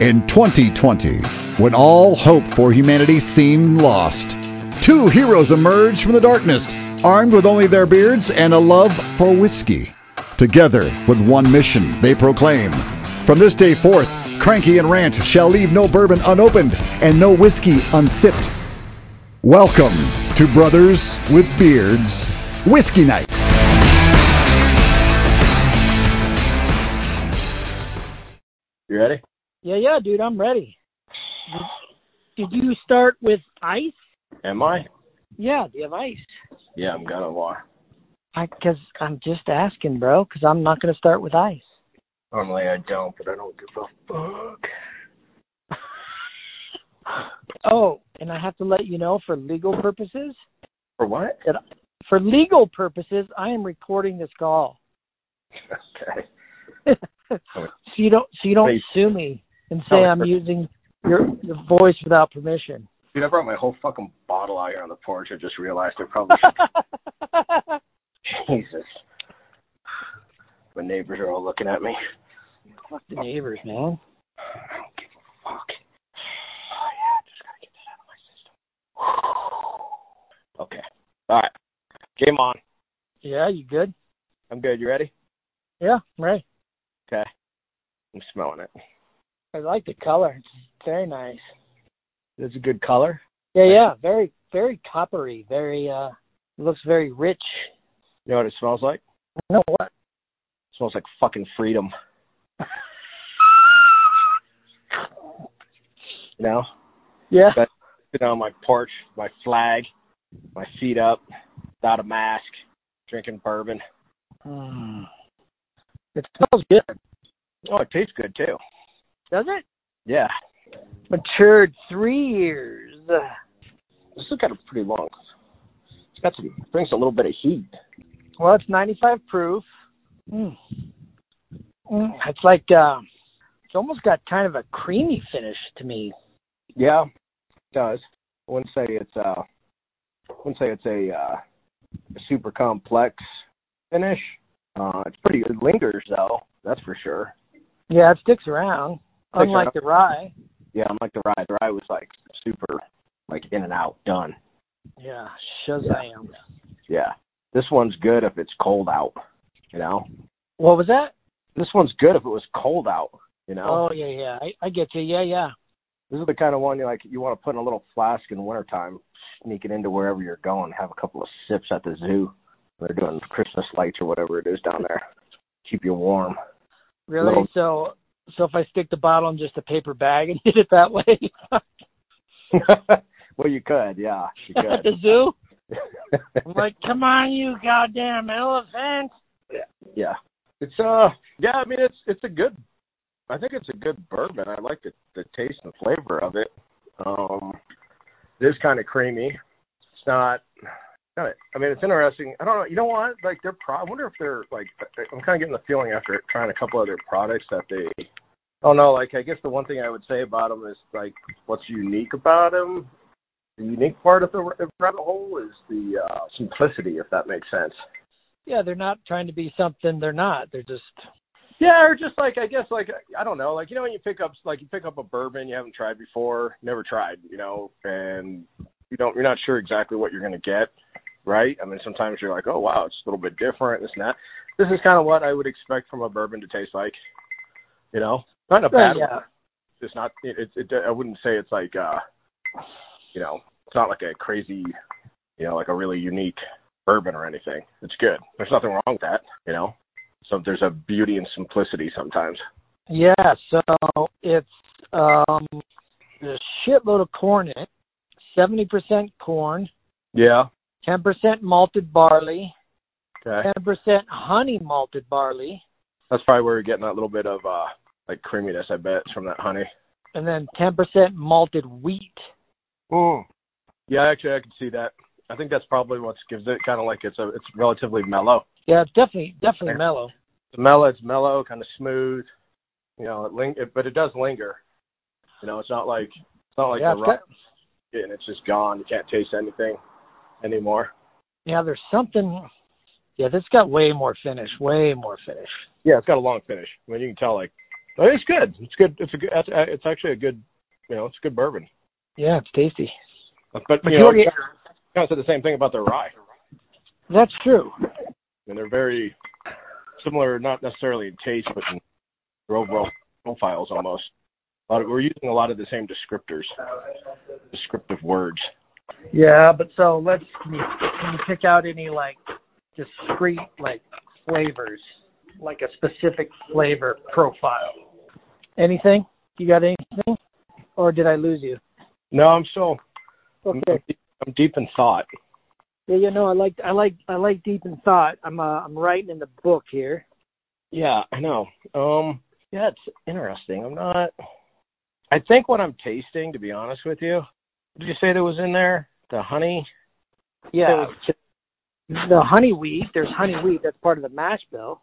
In 2020, when all hope for humanity seemed lost, two heroes emerged from the darkness, armed with only their beards and a love for whiskey. Together with one mission, they proclaim From this day forth, Cranky and Rant shall leave no bourbon unopened and no whiskey unsipped. Welcome to Brothers with Beards Whiskey Night. You ready? Yeah, yeah, dude, I'm ready. Did you start with ice? Am I? Yeah, do you have ice? Yeah, I'm gonna lie. I, cause I'm just asking, bro, cause I'm not gonna start with ice. Normally I don't, but I don't give a fuck. Oh, and I have to let you know for legal purposes, For what? for legal purposes, I am recording this call. Okay. so you don't, so you don't Wait. sue me and say Tell me I'm first. using your, your voice without permission. Dude, I brought my whole fucking bottle out here on the porch. I just realized I probably should. Jesus. My neighbors are all looking at me. Fuck the neighbors, man. I don't give a fuck. Oh yeah, I just gotta get that out of my system. okay. All right. Game on. Yeah, you good? I'm good. You ready? Yeah, I'm ready. Okay. I'm smelling it. I like the color. It's very nice. It's a good color. Yeah, yeah, very, very coppery. Very, uh, looks very rich. You know what it smells like? No, what? smells like fucking freedom. you know, Yeah, But- sitting on my porch, my flag, my feet up, without a mask, drinking bourbon. Mm. it smells good, Oh, it tastes good too. does it? Yeah, Matured three years. this has got a pretty long. It's got some brings a little bit of heat. Well, it's 95 proof. Mm. Mm. It's like uh, it's almost got kind of a creamy finish to me. Yeah, it does. I wouldn't say it's uh, I wouldn't say it's a uh, super complex finish. Uh, it's pretty. It lingers though. That's for sure. Yeah, it sticks around, Sticks unlike around. the rye. Yeah, I'm like the ride. The ride was like super, like in and out, done. Yeah, Shazam. Yeah, this one's good if it's cold out. You know, What was that? this one's good if it was cold out. You know, Oh yeah, yeah. I, I get you. Yeah, yeah. this is the kind of one you like. You want to put in a little flask in wintertime, sneak it into wherever you're going, have a couple of sips at the zoo. They're doing Christmas lights or whatever it is down there. Keep you warm. Really? No. So, so if I stick the bottle in just a paper bag and did it that way at well, you could, yeah, you the zoo, I'm could. like, come on, you goddamn elephant! Yeah. It's uh yeah, I mean it's it's a good I think it's a good bourbon. I like the the taste and flavor of it. Um it is kind of creamy. It's not not I mean it's interesting. I don't know. You know what? Like they're pro- I wonder if they're like I'm kind of getting the feeling after trying a couple other products that they I don't know, like I guess the one thing I would say about them is like what's unique about them. The unique part of the r- rabbit hole is the uh simplicity if that makes sense. Yeah, they're not trying to be something they're not. They're just Yeah, or just like I guess like I don't know, like you know when you pick up like you pick up a bourbon you haven't tried before, never tried, you know, and you don't you're not sure exactly what you're gonna get, right? I mean sometimes you're like, oh wow, it's a little bit different, this and that. This is kind of what I would expect from a bourbon to taste like, you know, not in a bad way. yeah, It's not it, it, it I wouldn't say it's like uh, you know, it's not like a crazy, you know, like a really unique bourbon or anything. It's good. There's nothing wrong with that, you know. So there's a beauty in simplicity sometimes. yeah. So it's um a shitload of corn in it. Seventy percent corn, Yeah. ten percent malted barley, Okay. ten percent honey malted barley, That's probably where you're getting that little bit of uh like creaminess, I bet, from that honey. and then ten percent malted wheat. Mm. Yeah, actually I can see that. I think that's probably what gives it kind of like it's a it's relatively mellow. Yeah, it's definitely definitely Yeah. mellow. It's mellow, it's mellow, kind of smooth. You know, it ling- it, but it does linger. You know, it's not like it's not like yeah, the it's rock got- and it's just gone. You can't taste anything anymore. yeah, there's something. Yeah, this got way more finish, way more finish. Yeah, it's got a long finish. I mean, you can tell like It's good. It's good. It's a good. It's it's actually a good. You know, it's a good bourbon. Yeah, it's tasty. But But you you know, already- kind of said the same thing about their rye. That's true. and they're very similar, not necessarily in taste, but in their overall profiles almost. A lot of, we're using a lot of the same descriptors, descriptive words. Yeah, but so let's can you, can you pick out any like discrete like flavors, like a specific flavor profile? Anything? You got anything? Or did I lose you? No, I'm still, I'm, Okay. deep, I'm deep in thought. Yeah, you know, I like I like I like deep in thought. I'm uh, I'm writing in the book here. Yeah, I know. Um, yeah, it's interesting. I'm not. I think what I'm tasting, to be honest with you, what did you say that was in there? The honey. Yeah. The honey wheat. There's honey wheat. That's part of the mash bill.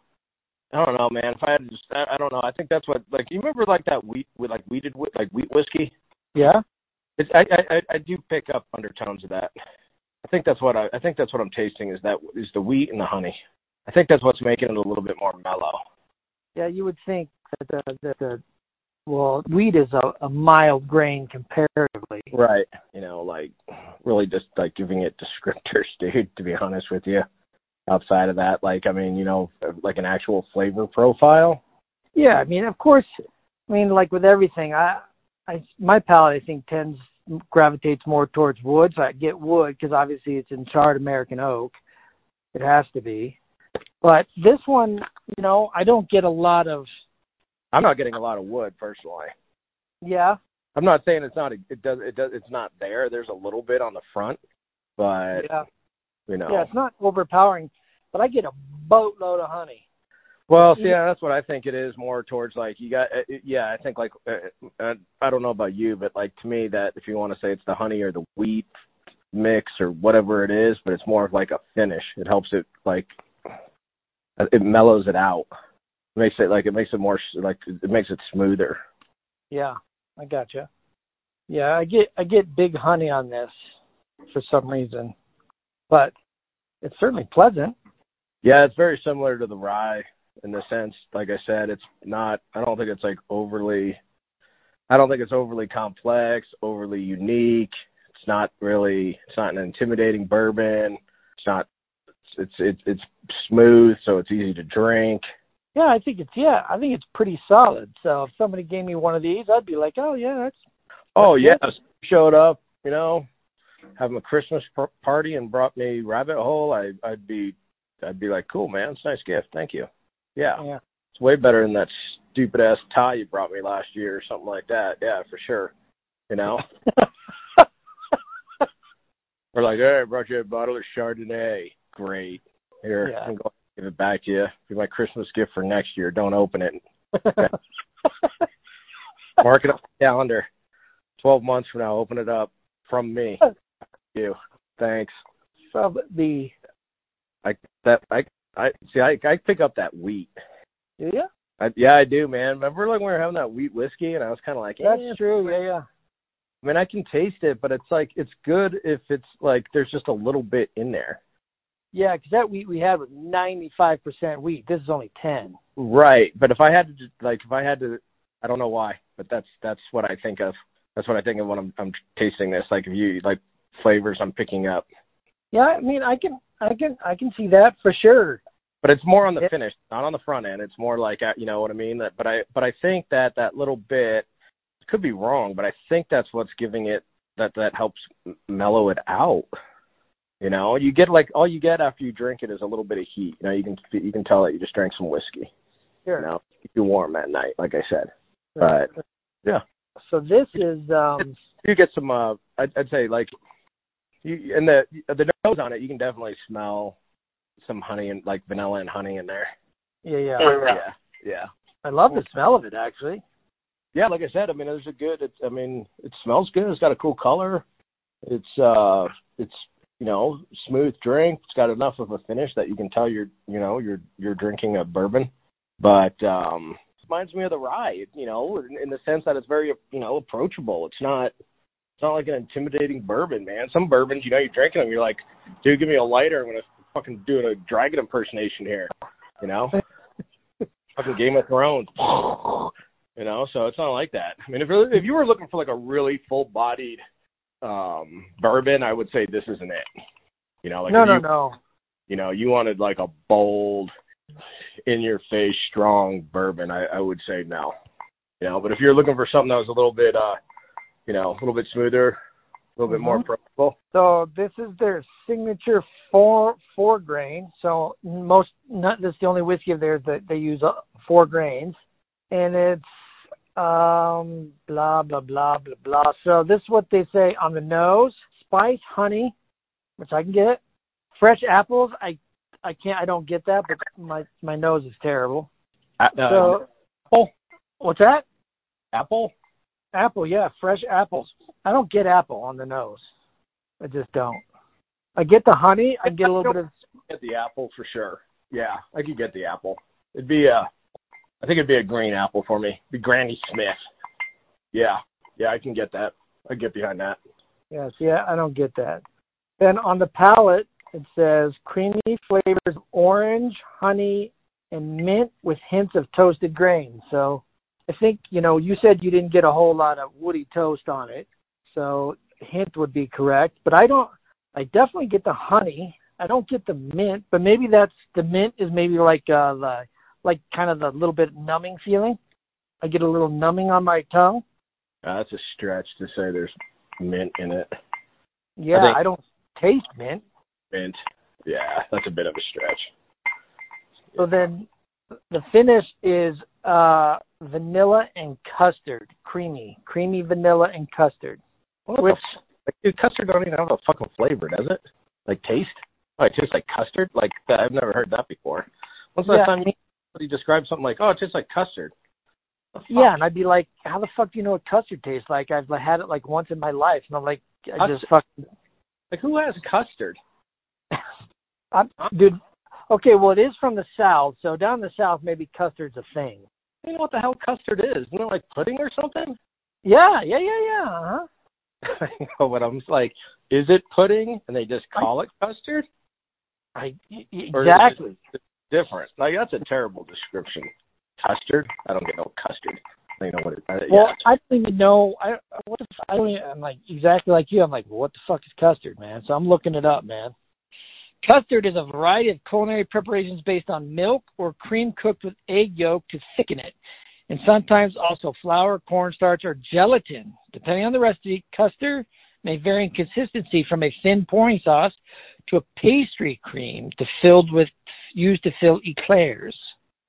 I don't know, man. If I had to just, I, I don't know. I think that's what, like, you remember, like that wheat with, like, weeded, whi- like wheat whiskey. Yeah. It's, I, I- I I do pick up undertones of that. I think that's what I, I think that's what I'm tasting is that is the wheat and the honey. I think that's what's making it a little bit more mellow. Yeah, you would think that the that the well, wheat is a, a mild grain comparatively. Right. You know, like really just like giving it descriptors, dude. To be honest with you, outside of that, like I mean, you know, like an actual flavor profile. Yeah, I mean, of course. I mean, like with everything, I, I, my palate, I think, tends gravitates more towards wood. So I get wood because obviously it's in charred American oak. It has to be. But this one, you know, I don't get a lot of. I'm not getting a lot of wood personally. Yeah, I'm not saying it's not it does it does it's not there. There's a little bit on the front, but yeah, you know. yeah. It's not overpowering, but I get a boatload of honey. Well, Mhm. see, yeah, that's what I think it is more towards like you got. Uh, yeah, I think like uh, uh, I don't know about you, but like to me that if you want to say it's the honey or the wheat mix or whatever it is, but it's more of like a finish. It helps it like uh, it mellows it out. It makes it like it makes it more s- like it makes it smoother. Yeah, I gotcha. Yeah, I get I get big honey on this for some reason, but it's certainly pleasant. Yeah, it's very similar to the rye in the sense, like I said, it's not. I don't think it's like overly. I don't think it's overly complex, overly unique. It's not really. It's not an intimidating bourbon. It's not. It's it's it's smooth, so it's easy to drink. Yeah, I think it's yeah, I think it's pretty solid. So if somebody gave me one of these, I'd be like, oh yeah, that's Oh yeah. yes, showed up. You know, having a Christmas par- party and brought me rabbit hole. I I'd be I'd be like, cool man, it's a nice gift. Thank you. Yeah. yeah, It's way better than that stupid ass tie you brought me last year or something like that. Yeah, for sure. You know? We're like, hey, I brought you a bottle of Chardonnay. Great. Here, Yeah. I'm going to give it back to you. Be my Christmas gift for next year. Don't open it. Mark it up on the calendar. 12 months from now, open it up from me. you. Thanks. so the That I I see I I pick up that wheat. yeah, I, yeah, I do, man. Remember like when we were having that wheat whiskey and I was kind of like, eh, that's true. Yeah, yeah, I mean, I can taste it, but it's like it's good if it's like there's just a little bit in there. yeah, because that wheat we had was ninety five percent wheat. This is only ten. Right, but if I had to just, like if I had to I don't know why, but that's that's what I think of. That's what I think of when I'm I'm tasting this. Like if you like flavors I'm picking up. Yeah, I mean, I can I can I can see that for sure. But it's more on the Yeah. finish, not on the front end. It's more like uh, you know what I mean. That- But I but I think that that little bit could be wrong, but I think that's what's giving it that that helps m- mellow it out. You know, you get like all you get after you drink it is a little bit of heat. You know, you can you can tell that you just drank some whiskey. Sure. You know, keep you warm at night, like I said. Right. yeah. So this is um You get some. uh I'd, I'd say like you and the the nose on it, you can definitely smell some honey and like vanilla and honey in there. yeah, yeah. Oh, yeah. yeah. I love the smell of it actually. yeah, like I said, I mean, there's a good. It's, I mean, it smells good. It's got a cool color. It's uh, it's you know, smooth drink. It's got enough of a finish that you can tell you're you know you're you're drinking a bourbon. But um, reminds me of the rye, you know, in, in the sense that it's very you know approachable. It's not it's not like an intimidating bourbon, man. Some bourbons, you know, you're drinking them, you're like, dude, give me a lighter. I'm gonna fucking do a dragon impersonation here, you know. Fucking Game of Thrones. You know, so it's not like that. I mean, if you're, if you were looking for like a really full bodied um bourbon, I would say this isn't it. You know, like no, if no, you, no. you know, you wanted like a bold, in your face, strong bourbon, I, I would say no. You know, but if you're looking for something that was a little bit, uh, you know, a little bit smoother, a little bit more Mhm. approachable. So this is their signature four four grain. So most not that's the only whiskey of theirs that they use uh, four grains, and it's um blah blah blah blah blah. So this is what they say on the nose: spice, honey, which I can get. Fresh apples, I I can't I don't get that, but my my nose is terrible. Uh, So apple? what's that? apple? Apple, yeah, fresh apples. I don't get apple on the nose. I just don't. I get the honey. I get a little bit of Get the apple for sure. Yeah, I could get the apple. It'd be a, I think it'd be a green apple for me. It'd be Granny Smith. Yeah, yeah, I can get that. I get behind that. yes, yeah. I don't get that. Then on the palate, it says creamy flavors of orange, honey, and mint with hints of toasted grain. So I think you know you said you didn't get a whole lot of woody toast on it. So hint would be correct, but I don't. I definitely get the honey. I don't get the mint, but maybe that's the mint is maybe like uh the like kind of the little bit numbing feeling. I get a little numbing on my tongue. Uh, that's a stretch to say there's mint in it. Yeah, I think- I don't taste mint. Mint. Yeah, that's a bit of a stretch. So then the finish is uh vanilla and custard, creamy, creamy vanilla and custard. What Which- the, f- dude, custard don't even have a fucking flavor, does it? Like taste? Oh, it tastes like custard? Like that, I've never heard that before. When's the Yeah, last time I mean- you described something like, oh, it tastes like custard? The fuck? Yeah, and I'd be like, how the fuck do you know what custard tastes like? I've like, had it like once in my life, and I'm like, I just fucking Like who has custard? I'm, dude. Okay, well it is from the south, so down in the south maybe custard's a thing. You know what the hell custard is? Isn't it like pudding or something? Yeah, yeah, yeah, yeah. Uh-huh. you know what I'm like? Is it pudding? And they just call it custard? I y- y- Or is it- exactly. Different. Like that's a terrible description. Custard? I don't get no custard. I don't know what it. I, Well, yeah. I don't even know. I what the, f- I don't. Even, I'm like exactly like you. I'm like, what the fuck is custard, man? So I'm looking it up, man. Custard is a variety of culinary preparations based on milk or cream cooked with egg yolk to thicken it, and sometimes also flour, cornstarch, or gelatin. Depending on the recipe, custard may vary in consistency from a thin pouring sauce to a pastry cream to filled with used to fill eclairs,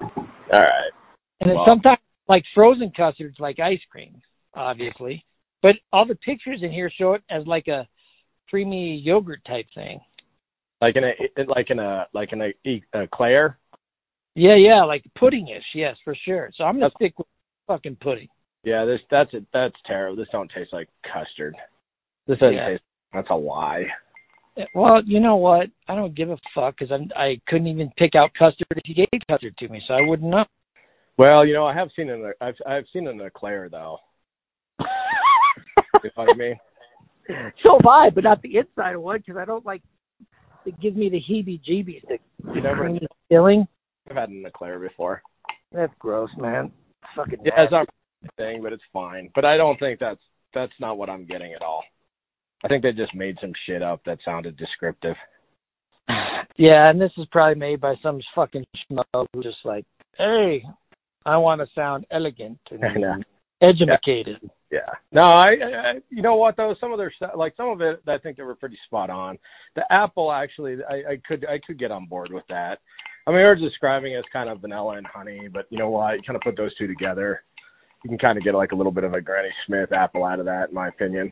All right. and then Wow. sometimes like frozen custards, like ice cream, obviously. But all the pictures in here show it as like a creamy yogurt type thing. Like in a like in a like in a, e- a Claire. Yeah, yeah, like puddingish. Yes, for sure. So I'm gonna stick with fucking pudding. Yeah, this that's it. That's terrible. This don't taste like custard. This doesn't Yeah. Eh, taste. That's a lie. Well, you know what? I don't give a fuck because I'm I couldn't even pick out custard if you gave custard to me, so I wouldn't know. Well, you know, I have seen an I've I've seen an Eclair though. You know what I mean? so have I, but not the inside one because I don't like. It gives me the heebie-jeebies. The You never creamy filling. I've had an Eclair before. That's gross, man. Fucking. Yeah, it's not my thing, but it's fine. But I don't think that's that's not what I'm getting at all. I think they just made some shit up that sounded descriptive. yeah, and this is probably made by some fucking schmo who's just like, hey, I want to sound elegant I know. and educated. Yeah. No, I, I I- you know what though, some of their stuff, like some of it, I think they were pretty spot on. The apple actually, I, I could I could get on board with that. I mean, they're describing it as kind of vanilla and honey, but you know what? You kind of put those two together, you can kind of get like a little bit of a Granny Smith apple out of that, in my opinion.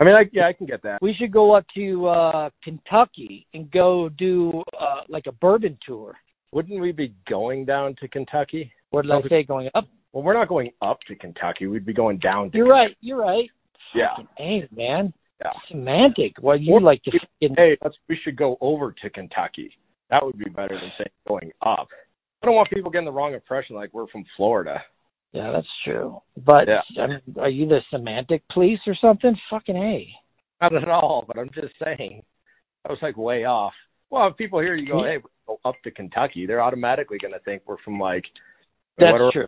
I mean, I, yeah, I can get that. We should go up to uh Kentucky and go do uh like a bourbon tour. Wouldn't we be going down to Kentucky? What did I say? Going up? Well, we're not going up to Kentucky. We'd be going down. To You're right. You're right. Yeah. Fucking ain't man. Yeah. Semantic. Well, you Or- like to fucking hey, let's, we should go over to Kentucky. That would be better than saying going up. I don't want people getting the wrong impression like we're from Florida. Yeah, that's true. But Yeah. I mean, are you the semantic police or something? Fucking hey. Not at all, but I'm just saying. I was like way off. Well, if people hear you go, hey, Mm-hmm. we go up to Kentucky, they're automatically going to think we're from like That's what are- true.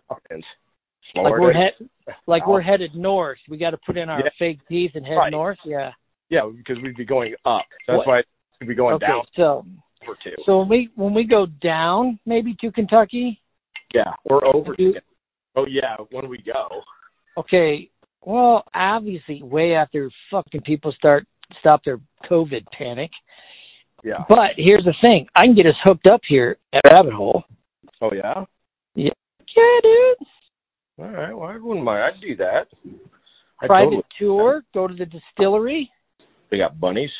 Florida. Like we're head, like we're South. headed north. We got to put in our Yeah. fake teeth and head Right. north. Yeah. yeah, because we'd be going up. So that's What- why we'd be going okay. down So for two. so when we when we go down maybe to Kentucky. Yeah, or over. Do- Oh yeah, when we go. Okay. Well, obviously, way after fucking people start stop their COVID panic. Yeah. But here's the thing: I can get us hooked up here at Rabbit Hole. Oh yeah. Yeah, dude. All right. Well, I wouldn't mind. I'd do that. I Private totally- tour. Go to the distillery. They got bunnies.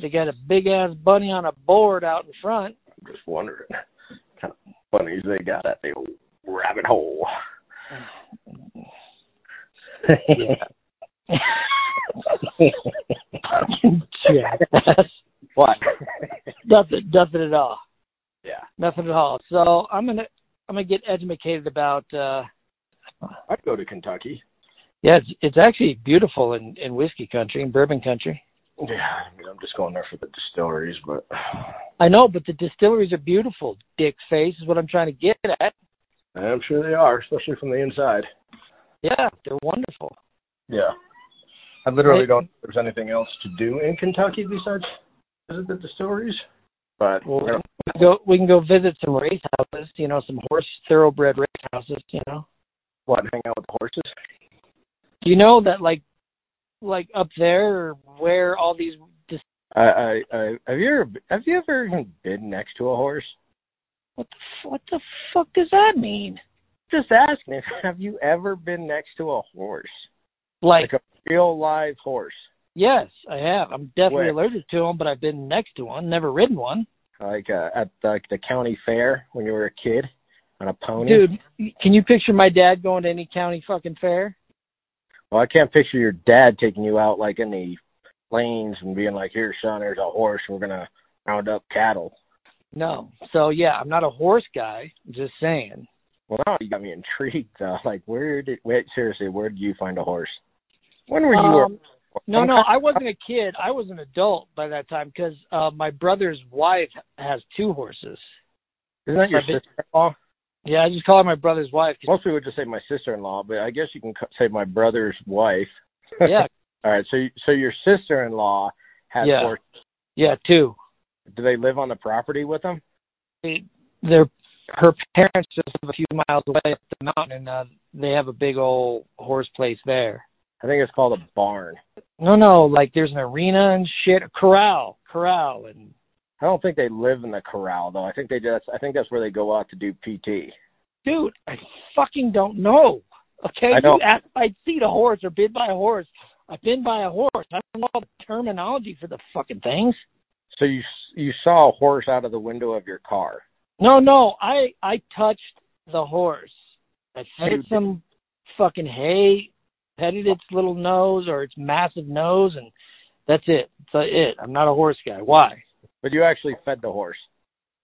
They got a big ass bunny on a board out in front. I'm just wondering, kind of bunnies they got at the old rabbit hole. Jackass. What? nothing, nothing at all. yeah. Nothing at all. So I'm gonna, I'm gonna get educated about. uh I'd go to Kentucky. Yeah, it's, it's actually beautiful in in whiskey country, in bourbon country. Yeah. I mean, I'm just going there for the distilleries, but I know, but the distilleries are beautiful. Dick face is what I'm trying to get at. I'm sure they are, especially from the inside. Yeah, they're wonderful. Yeah. I literally Right. don't know if there's anything else to do in Kentucky besides visit the distilleries. But Well, we can go we can go visit some race houses, you know, some horse thoroughbred race houses, you know. what, hang out with the horses? You know that like like up there where all these dis- I, I, I have you ever have you ever even been next to a horse? what the f- what the fuck does that mean? Just asking. Have you ever been next to a horse, Like a real live horse? yes, I have. I'm definitely Where? allergic to them, but I've been next to one, never ridden one. Like uh, at like the county fair when you were a kid on a pony. Dude, can you picture my dad going to any county fucking fair? Well, Oh, I can't picture your dad taking you out like in the plains and being like, "Here, son, there's a horse. We're gonna round up cattle." No. So yeah, I'm not a horse guy. I'm just saying. Well, now you got me intrigued. Though. Like, where did? Wait, seriously, where did you find a horse? When were you? a- Um, no, no, I wasn't a kid. I was an adult by that time because uh, my brother's wife has two horses. Isn't that your I've been- sister-in-law? Yeah, I just call her my brother's wife. 'cause- Most people would just say my sister-in-law, but I guess you can co- say my brother's wife. yeah, All right. So, so your sister-in-law has Yeah. horses. yeah, two. Do they live on the property with them? They, they're her parents just live a few miles away up the mountain, and uh, they have a big old horse place there. I think it's called a barn. No, no, like there's an arena and shit, a corral, corral, and I don't think they live in the corral though. I think they just. I think that's where they go out to do PT. dude, I fucking don't know. Okay, I you don't- asked if I'd seen a horse or been by a horse. I've been by a horse. I don't know all the terminology for the fucking things. So you s- you saw a horse out of the window of your car. No, no, I I touched the horse. I You fed it did. some fucking hay, petted its little nose or its massive nose, and that's it. That's it. I'm not a horse guy. Why? But you actually fed the horse.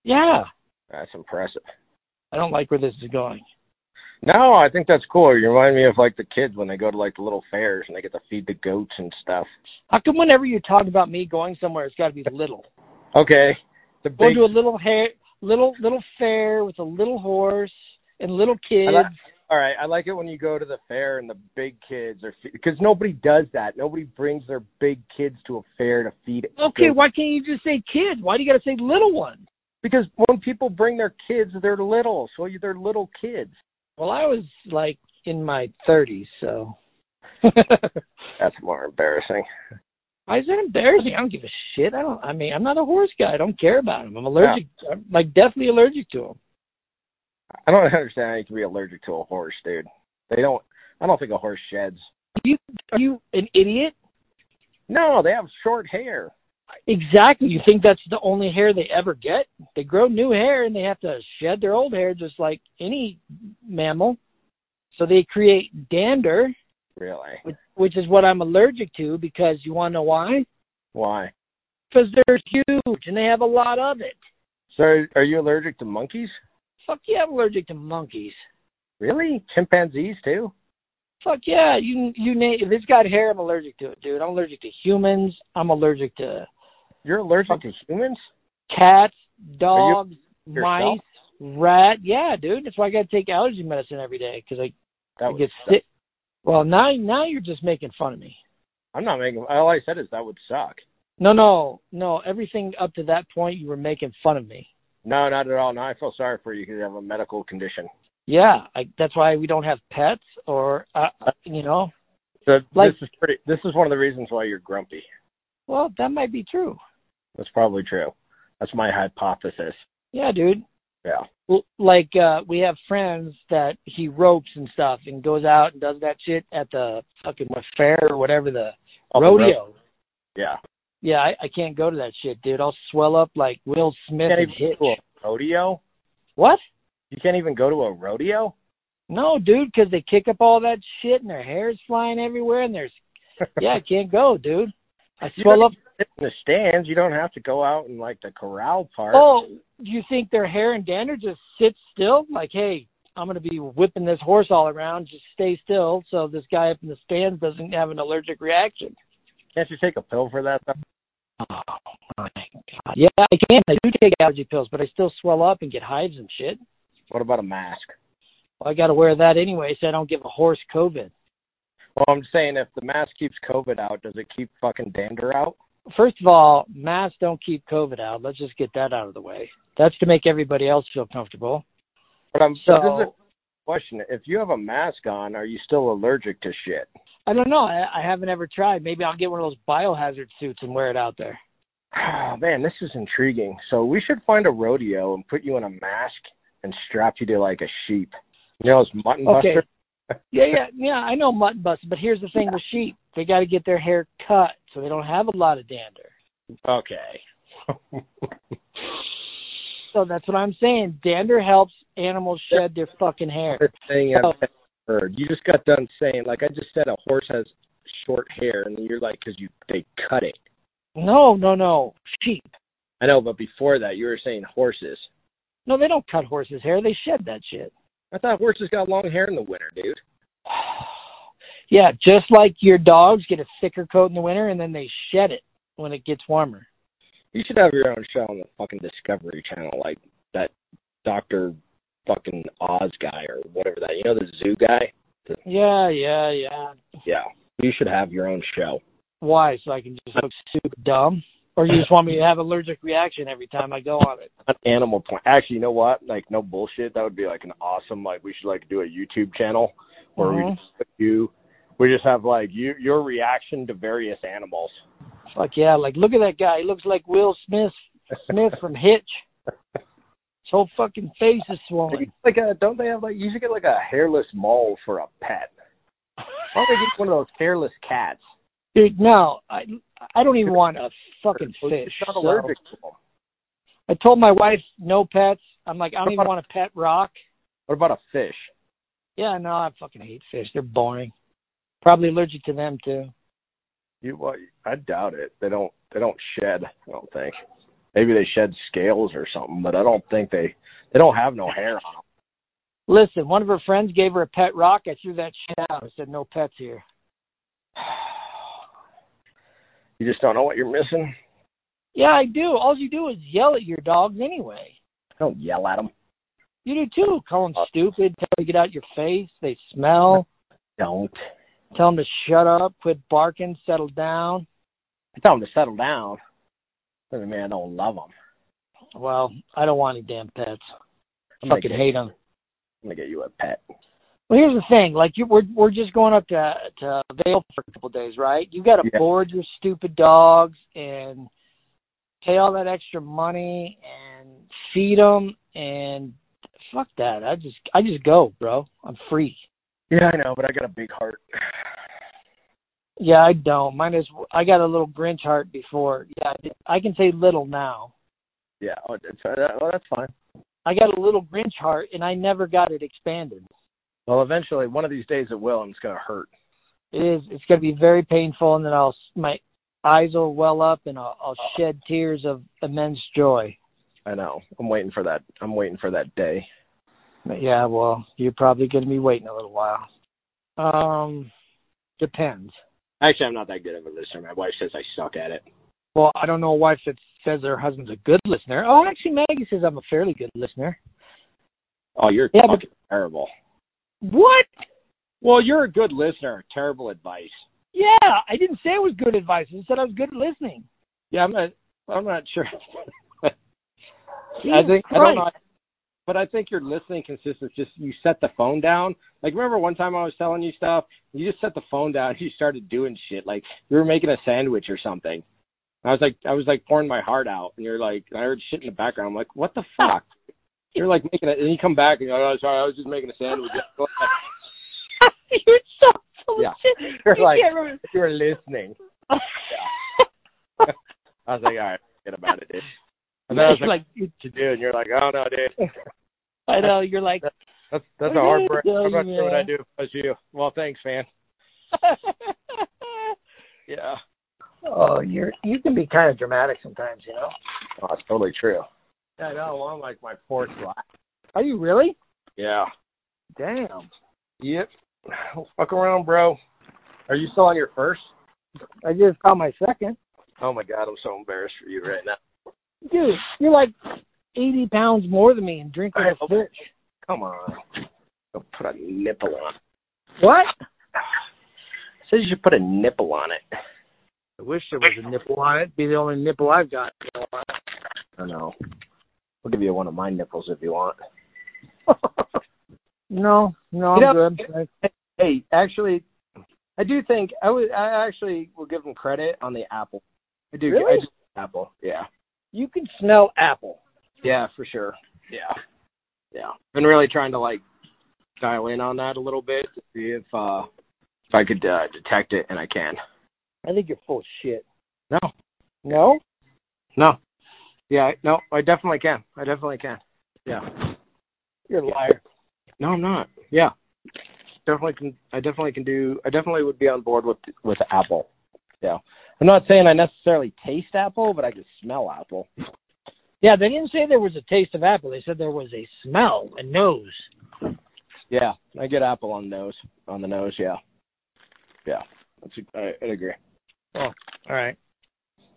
Yeah, That's impressive. I don't like where this is going. No, I think that's cool. You remind me of like the kids when they go to like the little fairs and they get to feed the goats and stuff. How come whenever you talk about me going somewhere, it's got to be little? Okay. The Go big to a little hair, little little fair with a little horse and little kids. I like- All right, I like it when you go to the fair and the big kids are because nobody does that. Nobody brings their big kids to a fair to feed. Okay, goats. why can't you just say kids? Why do you got to say little ones? because when people bring their kids, they're little, so you- they're little kids. Well, I was like in my 30s, so. That's more embarrassing. Why is that embarrassing? I don't give a shit. I don't. I mean, I'm not a horse guy. I don't care about him. I'm allergic. I'm like definitely allergic to him. I don't understand how you can be allergic to a horse, dude. They don't. I don't think a horse sheds. Are you are you an idiot? No, they have short hair. Exactly. You think that's the only hair they ever get? They grow new hair and they have to shed their old hair just like any mammal. So they create dander, Really? which, which is what I'm allergic to because you want to know why? Why? Because they're huge and they have a lot of it. So, are you allergic to monkeys? Fuck yeah, I'm allergic to monkeys. Really? Chimpanzees too? Fuck yeah, you you name if it's got hair, I'm allergic to it, dude. I'm allergic to humans. I'm allergic to You're allergic to humans? cats, dogs, yourself? mice, rat. Yeah, dude. That's why I got to take allergy medicine every day because I That it would gets suck. sick. Well, now now you're just making fun of me. I'm not making. All I said is that would suck. No, no, no. Everything up to that point, you were making fun of me. No, not at all. No, I feel sorry for you because you have a medical condition. Yeah, I, that's why we don't have pets, or uh, you know. So Like- this is pretty. This is one of the reasons why you're grumpy. Well, that might be true. That's probably true. That's my hypothesis. Yeah, dude. Yeah. L- Like uh we have friends that he ropes and stuff, and goes out and does that shit at the fucking what, fair or whatever the Up the road. rodeo. Yeah. Yeah, I, I can't go to that shit, dude. I'll swell up like Will Smith can't and even Hitch. go to a rodeo. What? You can't even go to a rodeo. No, dude, 'cause they kick up all that shit and their hair's flying everywhere, and there's yeah, I can't go, dude. I You swell don't up. Sit in the stands. You don't have to go out in like the corral part. Oh, you think their hair and dander just sits still? Like, hey, I'm gonna be whipping this horse all around. Just stay still, so this guy up in the stands doesn't have an allergic reaction. Can't you take a pill for that? Though? Oh my god. Yeah, I can. I do take allergy pills, but I still swell up and get hives and shit. What about a mask? Well, I got to wear that anyway, so I don't give a horse COVID. Well, I'm saying if the mask keeps COVID out, does it keep fucking dander out? First of all, masks don't keep COVID out. Let's just get that out of the way. That's to make everybody else feel comfortable. But I'm So but this is a question. If you have a mask on, are you still allergic to shit? I don't know. I, I haven't ever tried. Maybe I'll get one of those biohazard suits and wear it out there. Oh, man, this is intriguing. So we should find a rodeo and put you in a mask and strap you to like a sheep. You know, it's mutton Okay. buster. Yeah, yeah, yeah. I know mutton bust, but here's the thing with sheep: they got to get their hair cut so they don't have a lot of dander. Okay. So that's what I'm saying. Dander helps animals shed their fucking hair. First thing I've Oh. ever heard. You just got done saying like I just said a horse has short hair, and you're like because you they cut it. No, no, no. Sheep. I know, but before that you were saying horses. No, they don't cut horses' hair. They shed that shit. I thought horses got long hair in the winter, dude. yeah, just like your dogs get a thicker coat in the winter and then they shed it when it gets warmer. You should have your own show on the fucking Discovery Channel, like that Doctor fucking Oz guy or whatever that. You know the zoo guy. Yeah, yeah, yeah. Yeah, you should have your own show. Why? So I can just look super dumb? Or you just want me to have allergic reaction every time I go on it? An animal plant. Actually, you know what? Like no bullshit. That would be like an awesome. Like we should like do a YouTube channel where we Mhm. just put you. We just have like you your reaction to various animals. Fuck yeah! Like look at that guy. He looks like Will Smith Smith from Hitch. His whole fucking face is swollen. Like a, don't they have like you should get like a hairless mole for a pet? Why don't they get one of those hairless cats? Dude, no, I I don't even want a fucking fish. It's not so- allergic to them. I told my wife no pets. I'm like I don't even want a pet rock. What about a fish? Yeah, no, I fucking hate fish. They're boring. Probably allergic to them too. You, well, I doubt it. They don't. They don't shed. I don't think. Maybe they shed scales or something, but I don't think they. They don't have no hair on them. Listen, one of her friends gave her a pet rock. I threw that shit out. I said, "No pets here." You just don't know what you're missing. Yeah, I do. All you do is yell at your dogs anyway. Don't yell at them. You do too. Call them stupid. Tell them to get out your face. They smell. Don't. Tell them to shut up. Quit barking. Settle down. I tell them to settle down. Doesn't mean I don't love them. Well, I don't want any damn pets. I I'm gonna fucking get- hate them. I'm gonna get you a pet. Well, here's the thing. Like, you, we're we're just going up to to Vail for a couple of days, right? You got to Yeah. board your stupid dogs and pay all that extra money and feed them and fuck that. I just I just go, bro. I'm free. Yeah, I know, but I got a big heart. Yeah, I don't. Mine is. I got a little Grinch heart before. Yeah, I did- I can say little now. Yeah, oh, it's, uh, well, that's fine. I got a little Grinch heart, and I never got it expanded. Well, eventually, one of these days it will, and it's gonna hurt. It is. It's going to be very painful, and then I'll my eyes will well up, and I'll, I'll shed tears of immense joy. I know. I'm waiting for that. I'm waiting for that day. But yeah, well, you're probably going to be waiting a little while. Um, depends. Actually, I'm not that good of a listener. My wife says I suck at it. Well, I don't know a wife that says her husband's a good listener. Oh, actually, Maggie says I'm a fairly good listener. Oh, you're Yeah, but- fucking terrible. What? Well, you're a good listener. Terrible advice. Yeah, I didn't say it was good advice. I said I was good at listening. Yeah, I'm not. I'm not sure. Jesus I think I don't Christ. know. But I think your listening consists of just you set the phone down. Like remember one time I was telling you stuff, you just set the phone down. You started doing shit like you were making a sandwich or something. I was like I was like pouring my heart out, and you're like and I heard shit in the background. I'm like, what the fuck? You're like making it, and you come back and you're like, oh, sorry, I was just making a sandwich. You're so full Yeah. of shit. You're You like- can't remember- you're listening. I was like, all right, forget about it, dude. And then I was You're like, like, you- what you do? And you're like, oh no, dude. I know. You're like, That's that's a Okay, hard break. so, I'm not sure what yeah. I do if I was you. Well, thanks, man. Yeah. oh, you're you can be kind of dramatic sometimes, you know. Oh, that's totally true. Yeah, I know. Well, I'm like my fourth glass. Are you really? Yeah. Damn. Yep. Fuck around, bro. Are you still on your first? I just caught my second. Oh my god, I'm so embarrassed for you right now. Dude, you're like 80 pounds more than me and drinking I a hope- fish. Come on. Don't put a nipple on. it. What? Says you should put a nipple on it. I wish there was a nipple on it. Be the only nipple I've got. I don't know. I'll give you one of my nipples if you want. No, no, I'm You know- good. hey, actually, I do think I would. I actually will give them credit on the apple. I do. Really? I do apple. Yeah. you can smell apple. Yeah, for sure. Yeah. Yeah. Been really trying to like dial in on that a little bit to see if uh if I could uh, detect it and I can. I think you're full of shit. No. No? No. Yeah, I- no, I definitely can. I definitely can. Yeah. You're a liar. No, I'm not. Yeah. Definitely can I definitely can do I definitely would be on board with with apple. Yeah. I'm not saying I necessarily taste apple, but I can smell apple. Yeah, they didn't say there was a taste of apple. They said there was a smell, a nose. Yeah, I get apple on nose on the nose. Yeah, yeah, that's a, I, I'd agree. All right.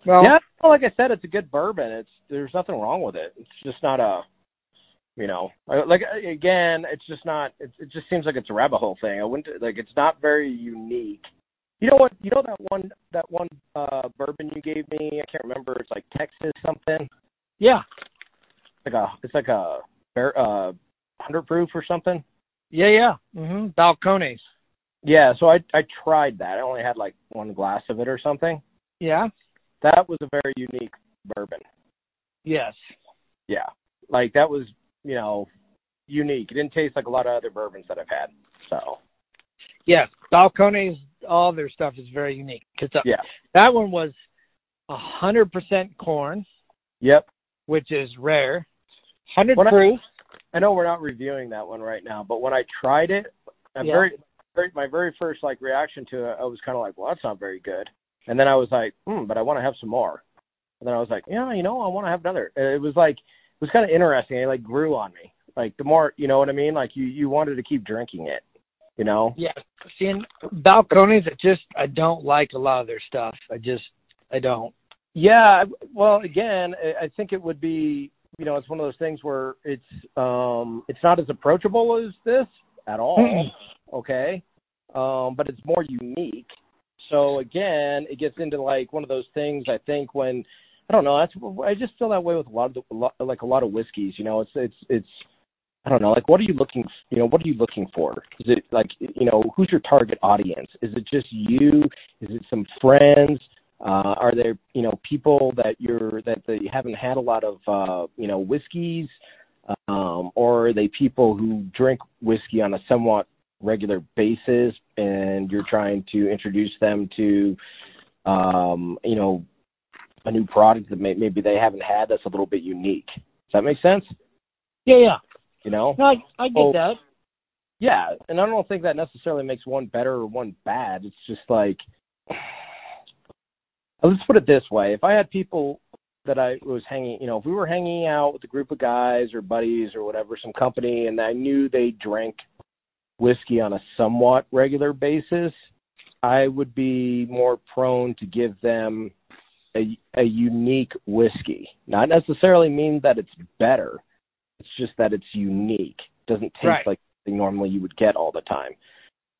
Well, yeah, well, like I said, it's a good bourbon. It's there's nothing wrong with it. It's just not a, you know, I- like I- again, it's just not. It, it just seems like it's a rabbit hole thing. I wouldn't like. It's not very unique. You know what? You know that one that one uh bourbon you gave me. I can't remember. It's like Texas something. yeah, It's like a it's like a bar- uh hundred proof or something. yeah, yeah. Mm-hmm. Balcones. Yeah, so I I tried that. I only had like one glass of it or something. Yeah. That was a very unique bourbon. Yes. Yeah. Like that was, you know, unique. It didn't taste like a lot of other bourbons that I've had. So, Yes. Balcones. All their stuff is very unique. 'Cause that- yeah. that one was a hundred percent corn, Yep. which is rare. Hundred When I- proof. I know we're not reviewing that one right now, but when I tried it, I Yeah. very, very my very first like reaction to it, I was kind of like, "Well, that's not very good." And then I was like, "Hmm, but I want to have some more." And then I was like, "Yeah, you know, I want to have another." And It was like it was kind of interesting. It like grew on me. Like the more, you know what I mean? Like you you wanted to keep drinking it, you know? Yeah. Seeing balconies, I just I don't like a lot of their stuff. I just I don't. Yeah, I- well, again, I- I think it would be, you know, it's one of those things where it's um it's not as approachable as this at all, okay? Um but it's more unique. So again, it gets into like one of those things I think when I don't know, that's I just feel that way with a lot of the, a lot- like a lot of whiskeys, you know, it's it's it's I don't know, like what are you looking, you know, what are you looking for? Is it like, you know, who's your target audience? Is it just you? Is it some friends? Uh, are there, you know, people that you're that they haven't had a lot of, uh, you know, whiskeys, um, or are they people who drink whiskey on a somewhat regular basis, and you're trying to introduce them to, um, you know, a new product that may, maybe they haven't had that's a little bit unique. Does that make sense? Yeah, yeah. You know, No, I, I get Oh. that. yeah, and I don't think that necessarily makes one better or one bad. It's just like let's put it this way: if I had people that I was hanging, you know, if we were hanging out with a group of guys or buddies or whatever, some company, and I knew they drank whiskey on a somewhat regular basis, I would be more prone to give them a, a unique whiskey. Not necessarily mean that it's better. It's just that it's unique. Doesn't taste Right. like something normally you would get all the time.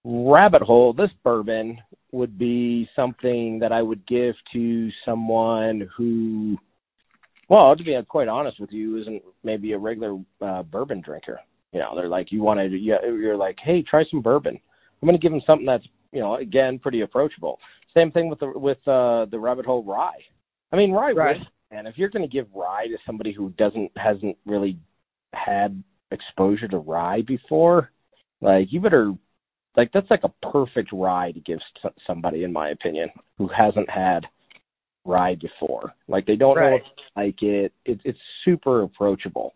rabbit hole, this bourbon would be something that I would give to someone who, well, to be quite honest with you, isn't maybe a regular uh, bourbon drinker. You know, they're like, you want to, you're like, hey, try some bourbon. I'm going to give them something that's, you know, again, pretty approachable. Same thing with the with uh, the rabbit hole rye. I mean, rye, Right. whiskey, and if you're going to give rye to somebody who doesn't hasn't really had exposure to rye before, like you better like that's like a perfect rye to give s- somebody in my opinion who hasn't had rye before like they don't know if Right. they like it. it it's super approachable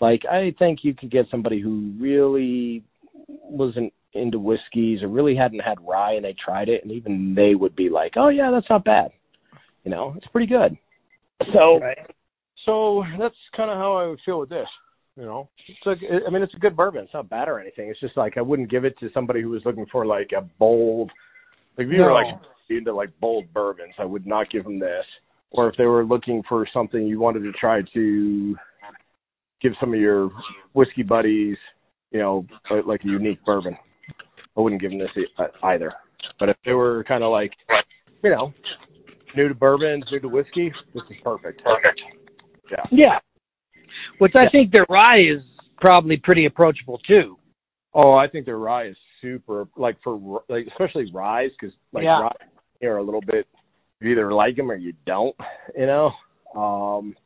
like i think you could get somebody who really wasn't into whiskeys or really hadn't had rye and they tried it and even they would be like oh yeah that's not bad you know it's pretty good so Right. so that's kind of how I would feel with this. You know, it's like I mean, it's a good bourbon. It's not bad or anything. It's just like I wouldn't give it to somebody who was looking for like a bold, like if you were No. like into like bold bourbons, I would not give them this. Or if they were looking for something you wanted to try to give some of your whiskey buddies, you know, like- like a unique bourbon, I wouldn't give them this e- either. But if they were kind of like, you know, new to bourbons, new to whiskey, this is perfect. Perfect. Yeah. Yeah. Which I Yeah. think their rye is probably pretty approachable too. Oh, I think the rye is super. Like for r- like especially rye, because like Yeah. rye are a little bit. You either like them or you don't. You know, um,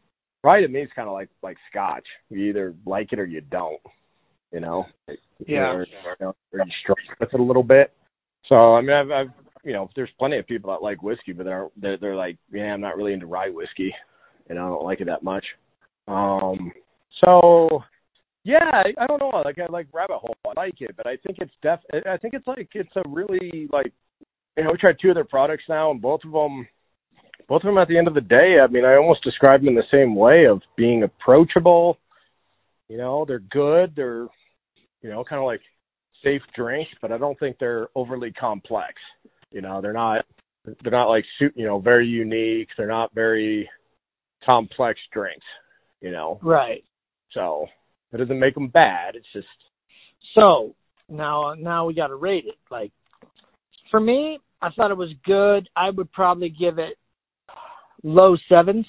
rye to me is kind of like like scotch. You either like it or you don't. You know. Like, you Yeah. know, Or, you know, or you struggle with it a little bit. So I mean, I've, I've you know, there's plenty of people that like whiskey, but they're they're, they're like, yeah, I'm not really into rye whiskey, and I don't like it that much. Um, so yeah, I, I don't know. Like I like Rabbit Hole. I like it, but I think it's def. I- I think it's like it's a really like you know we tried two of their products now, and both of them, both of them at the end of the day, I mean, I almost describe them in the same way of being approachable. You know, they're good. They're you know kind of like safe drinks, but I don't think they're overly complex. You know, they're not they're not like su you know very unique. They're not very complex drinks. You know, Right. so that doesn't make them bad. It's just So now now we got to rate it. Like for me, I thought it was good. I would probably give it low sevens,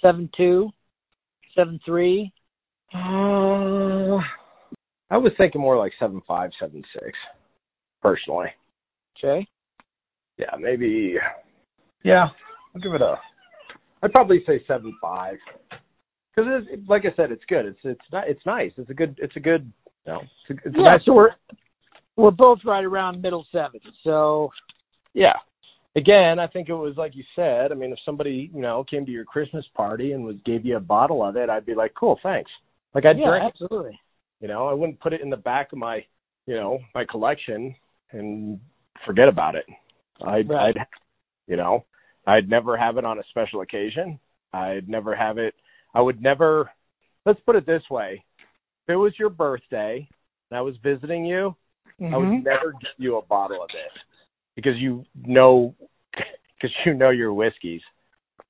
seven two, seven three. uh, I was thinking more like seven five, seven six, personally. Okay. Yeah, maybe. Yeah, I'll give it a. I'd probably say seven five, because it's like I said, it's good. It's it's not it's nice. It's a good it's a good. No, it's a, it's Yeah, a nice so we're we're both right around middle sevens. So Yeah. Again, I think it was like you said. I mean, if somebody you know came to your Christmas party and was gave you a bottle of it, I'd be like, cool, thanks. Like I'd yeah, drink. it. absolutely. You know, I wouldn't put it in the back of my, you know, my collection and forget about it. I'd, Right. I'd you know, I'd never have it on a special occasion. I'd never have it. I would never. Let's put it this way: if it was your birthday and I was visiting you, I Mm-hmm. would never give you a bottle of this because you know, because you know your whiskeys.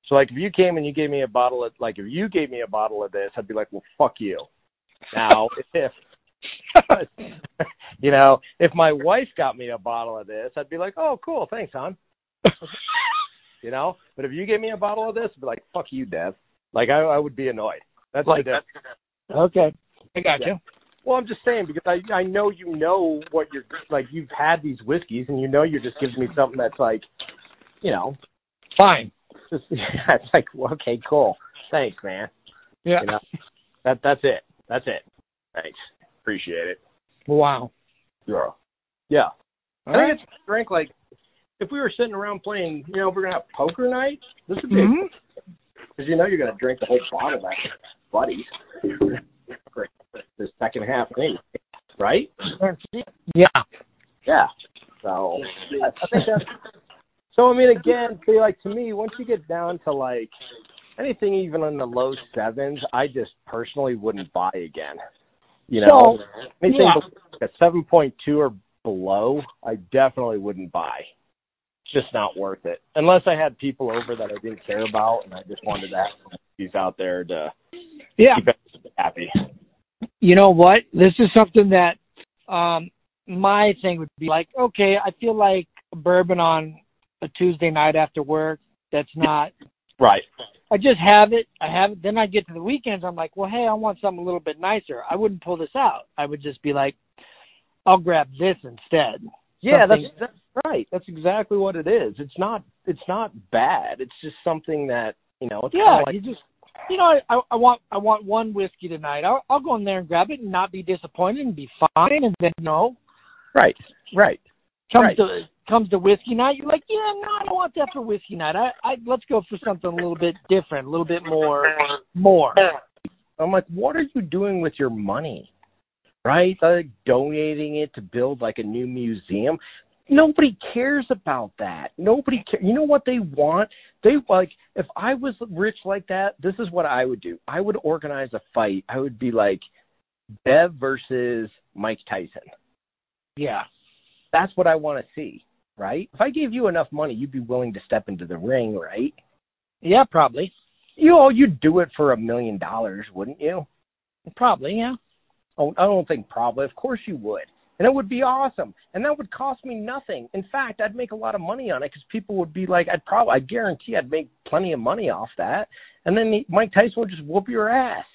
So like, if you came and you gave me a bottle of like, if you gave me a bottle of this, I'd be like, well, fuck you. Now, if you know, if my wife got me a bottle of this, I'd be like, oh, cool, thanks, hon. you know, but if you gave me a bottle of this, I'd be like, fuck you, Dev. Like, I, I would be annoyed. That's Like, the difference. Okay. I got Yeah. Well, I'm just saying because I I know you know what you're like. You've had these whiskeys, and you know you're just giving me something that's like, you know, Fine. just yeah, it's like well, okay, cool, thanks, man. Yeah. You know, that that's it. That's it. Thanks, appreciate it. Wow. Yeah. Yeah. All I right. think it's a drink like if we were sitting around playing, you know, if we're gonna have poker night. This would be Mhm. because you know you're gonna drink the whole bottle back, buddies. the second half thing, right? Yeah. Yeah. So I think that's so I mean again, see like to me, once you get down to like anything even in the low sevens, I just personally wouldn't buy again. You know Well, anything yeah. be- at seven point two or below, I definitely wouldn't buy. It's just not worth it. Unless I had people over that I didn't care about and I just wanted that he's out there to Yeah. keep everybody happy. you know what? This is something that um, my thing would be like, okay, I feel like a bourbon on a Tuesday night after work. That's not. Right. I just have it. I have it. Then I get to the weekends. I'm like, well, hey, I want something a little bit nicer. I wouldn't pull this out. I would just be like, I'll grab this instead. Yeah, that's Something- that's right. That's exactly what it is. It's not it's not bad. It's just something that you know. It's Yeah, kinda like, you just you know, I, I want I want one whiskey tonight. I'll, I'll go in there and grab it and not be disappointed and be fine. And then you know, right, right. comes Right. to comes to whiskey night, you're like, yeah, no, I don't want that for whiskey night. I, I let's go for something a little bit different, a little bit more more. I'm like, what are you doing with your money? Right? Like donating it to build like a new museum. Nobody cares about that. Nobody cares. You know what they want? They like if I was rich like that, this is what I would do. I would organize a fight. I would be like Bev versus Mike Tyson. Yeah. That's what I want to see, right? If I gave you enough money, you'd be willing to step into the ring, right? Yeah, probably. You all you'd do it for a million dollars, wouldn't you? Probably, yeah. Oh, I don't think probably. Of course you would. And it would be awesome. And that would cost me nothing. In fact, I'd make a lot of money on it because people would be like, I'd probably, I guarantee I'd make plenty of money off that. And then he- Mike Tyson would just whoop your ass.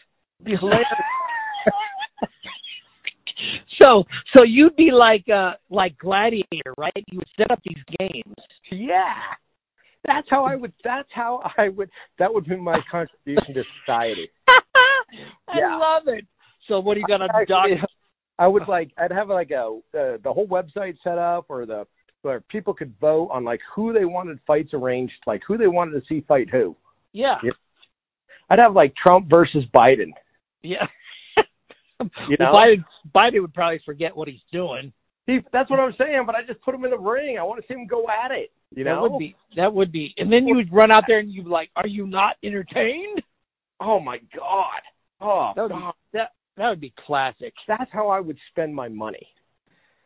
It'd be hilarious. So so you'd be like uh like gladiator, right? You would set up these games. yeah. That's how I would, that's how I would, that would be my contribution to society. I Yeah. love it. So what are you gonna doc Actually, I would like, I'd have like a, uh, the whole website set up or the, where people could vote on like who they wanted fights arranged, like who they wanted to see fight who. Yeah. Yeah. I'd have like Trump versus Biden. Yeah. You know? Well, Biden Biden would probably forget what he's doing. He, that's what I'm saying, but I just put him in the ring. I want to see him go at it. You know? That would be that would be and then you would run out there and you'd be like, Are you not entertained? oh my god. Oh, That would be God. that that would be classic. that's how I would spend my money.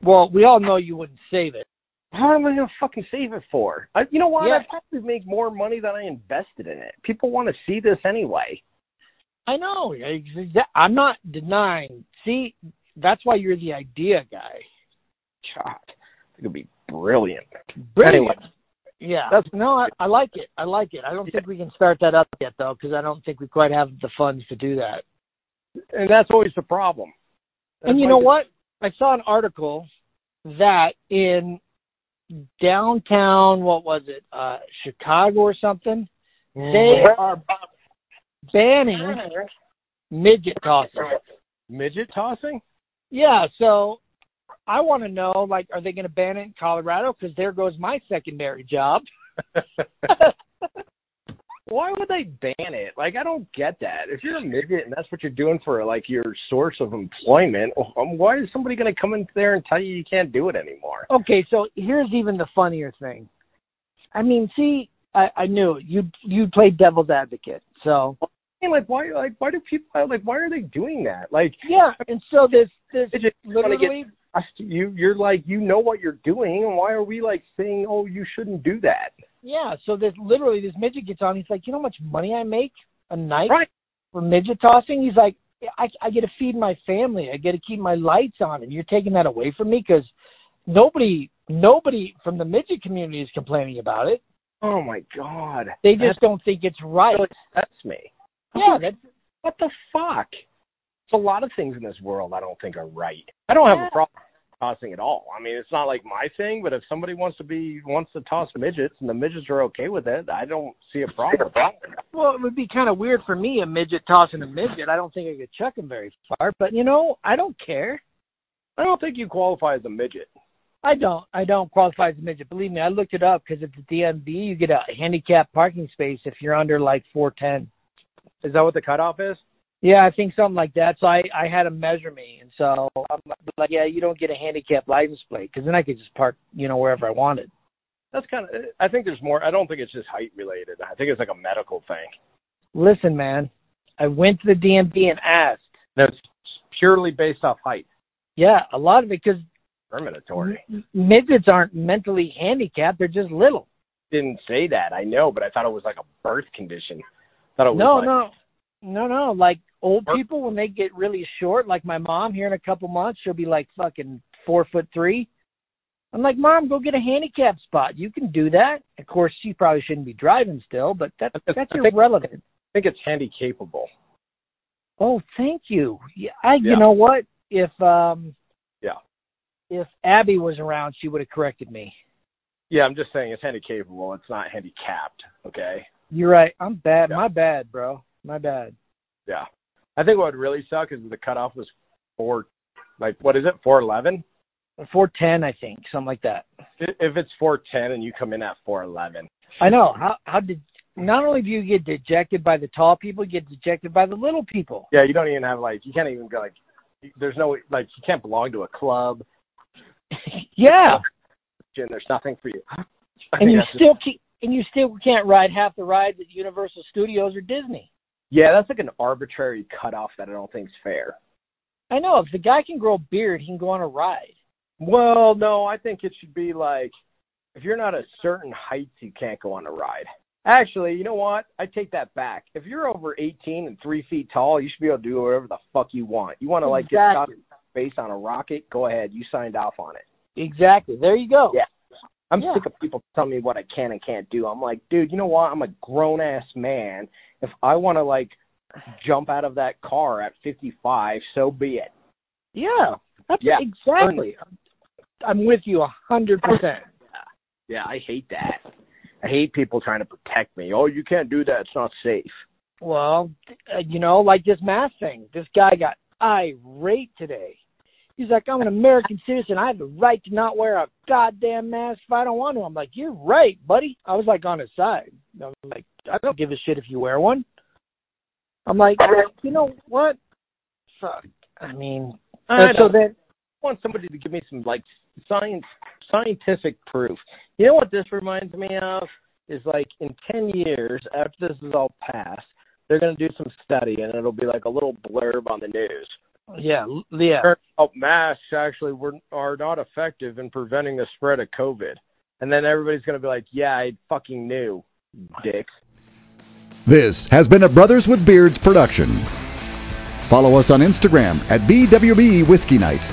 Well, we all know you wouldn't save it. How am I gonna fucking save it for? I, you know what? Yeah. I'd probably make more money than I invested in it. People want to see this anyway. I know. exa- I'm not denying. See, that's why you're the idea guy. God, it could be brilliant. Brilliant. Anyway, Yeah. That's- no, I, I like it. I like it. I don't think we can start that up yet though, because I don't think we quite have the funds to do that. and that's always the problem. That's and you my- know what? I saw an article that in downtown, what was it, uh, Chicago or something, they are banning Ah. midget tossing. midget tossing? Yeah, so I want to know, like, are they going to ban it in Colorado? Because there goes my secondary job. Why would they ban it? Like, I don't get that. If you're a midget and that's what you're doing for like your source of employment, um, why is somebody going to come in there and tell you you can't do it anymore? Okay, so here's even the funnier thing. I mean, see, I, I knew you you played devil's advocate, so I mean, like, why? Like, why do people? Like, why are they doing that? Like, yeah, and so this this They just wanna get- literally us- you you're like you know what you're doing, and why are we like saying, oh, you shouldn't do that? Yeah, so this literally this midget gets on. He's like, you know how much money I make a night Right. for midget tossing? He's like, I I get to feed my family. I get to keep my lights on, and you're taking that away from me because nobody nobody from the midget community is complaining about it. Oh my god, They just don't think it's right. that really upsets me. yeah, that's What the fuck? It's a lot of things in this world I don't think are right. I don't have Yeah. a problem with tossing at all. I mean, it's not like my thing, but if somebody wants to be wants to toss midgets and the midgets are okay with it, I don't see a problem. well, it would be kind of weird for me a midget tossing a midget. I don't think I could chuck him very far, but you know, I don't care. I don't think you qualify as a midget. I don't. I don't qualify as a midget. Believe me, I looked it up because at the DMV you get a handicapped parking space if you're under like 410. Is that what the cutoff is? Yeah, I think something like that. So I I had to measure me, and so I'm like, yeah, you don't get a handicapped license plate because then I could just park, you know, wherever I wanted. That's kind of. I think there's more. I don't think it's just height related. I think it's like a medical thing. Listen, man, I went to the DMV and asked. That's purely based off height. Yeah, a lot of it because Mm-hmm. Discriminatory. midgets aren't mentally handicapped; they're just little. Didn't say that. I know, but I thought it was like a birth condition. Thought it was No, like, no, no, no. Like old Or- people, when they get really short, like my mom here in a couple months, she'll be like fucking four foot three. I'm like, Mom, go get a handicap spot. You can do that. Of course, she probably shouldn't be driving still, but that I that's think- irrelevant. I think it's handy capable. Oh, thank you. Yeah, I, Yeah. you know what? If um, Yeah. if Abby was around, she would have corrected me. Yeah, I'm just saying it's handy capable. It's not handicapped. Okay. You're right. I'm bad. Yeah. My bad, bro. My bad. Yeah. I think what would really suck is if the cutoff was four, like what is it, four eleven? Four ten, I think, something like that. If it's four ten and you come in at four eleven, I know. How how did? Not only do you get dejected by the tall people, you get dejected by the little people. yeah, you don't even have like you can't even go like there's no like you can't belong to a club yeah, Oh, and there's nothing for you. I and mean, you that's just- still keep, and you still can't ride half the rides at Universal Studios or Disney. yeah, that's like an arbitrary cutoff that I don't think is fair. I know. If the guy can grow a beard, he can go on a ride. Well, no, I think it should be like if you're not a certain height, you can't go on a ride. Actually, you know what? I take that back. If you're over 18 and three feet tall, you should be able to do whatever the fuck you want. You want to like get shot Exactly. in space on a rocket? Go ahead. You signed off on it. Exactly. There you go. Yeah. I'm Yeah. sick of people telling me what I can and can't do. I'm like, dude, you know what? I'm a grown ass man. If I want to like jump out of that car at 55, so be it. Yeah. That's Yeah. exactly. I'm- I'm with you a hundred percent. Yeah, I hate that. I hate people trying to protect me. Oh, you can't do that. It's not safe. Well, uh, you know, like this mask thing. This guy got irate today. He's like, I'm an American citizen. I have the right to not wear a goddamn mask if I don't want to. I'm like, you're right, buddy. I was like on his side. I was like, I don't give a shit if you wear one. I'm like, you know what? Fuck. I mean, I and so don't then, want somebody to give me some like science scientific proof. You know what this reminds me of is like in 10 years after this is all passed, they're going to do some study and it'll be like a little blurb on the news. yeah, l- yeah. Oh, masks actually were are not effective in preventing the spread of COVID. And then everybody's going to be like, "Yeah, I fucking knew, dick." This has been a Brothers with Beards production. Follow us on Instagram at BWB Whiskey Night.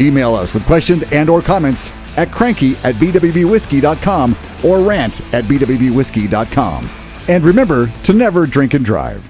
Email us with questions and or comments at cranky at bwbwhiskey.com or rant at bwbwhiskey.com. And remember to never drink and drive.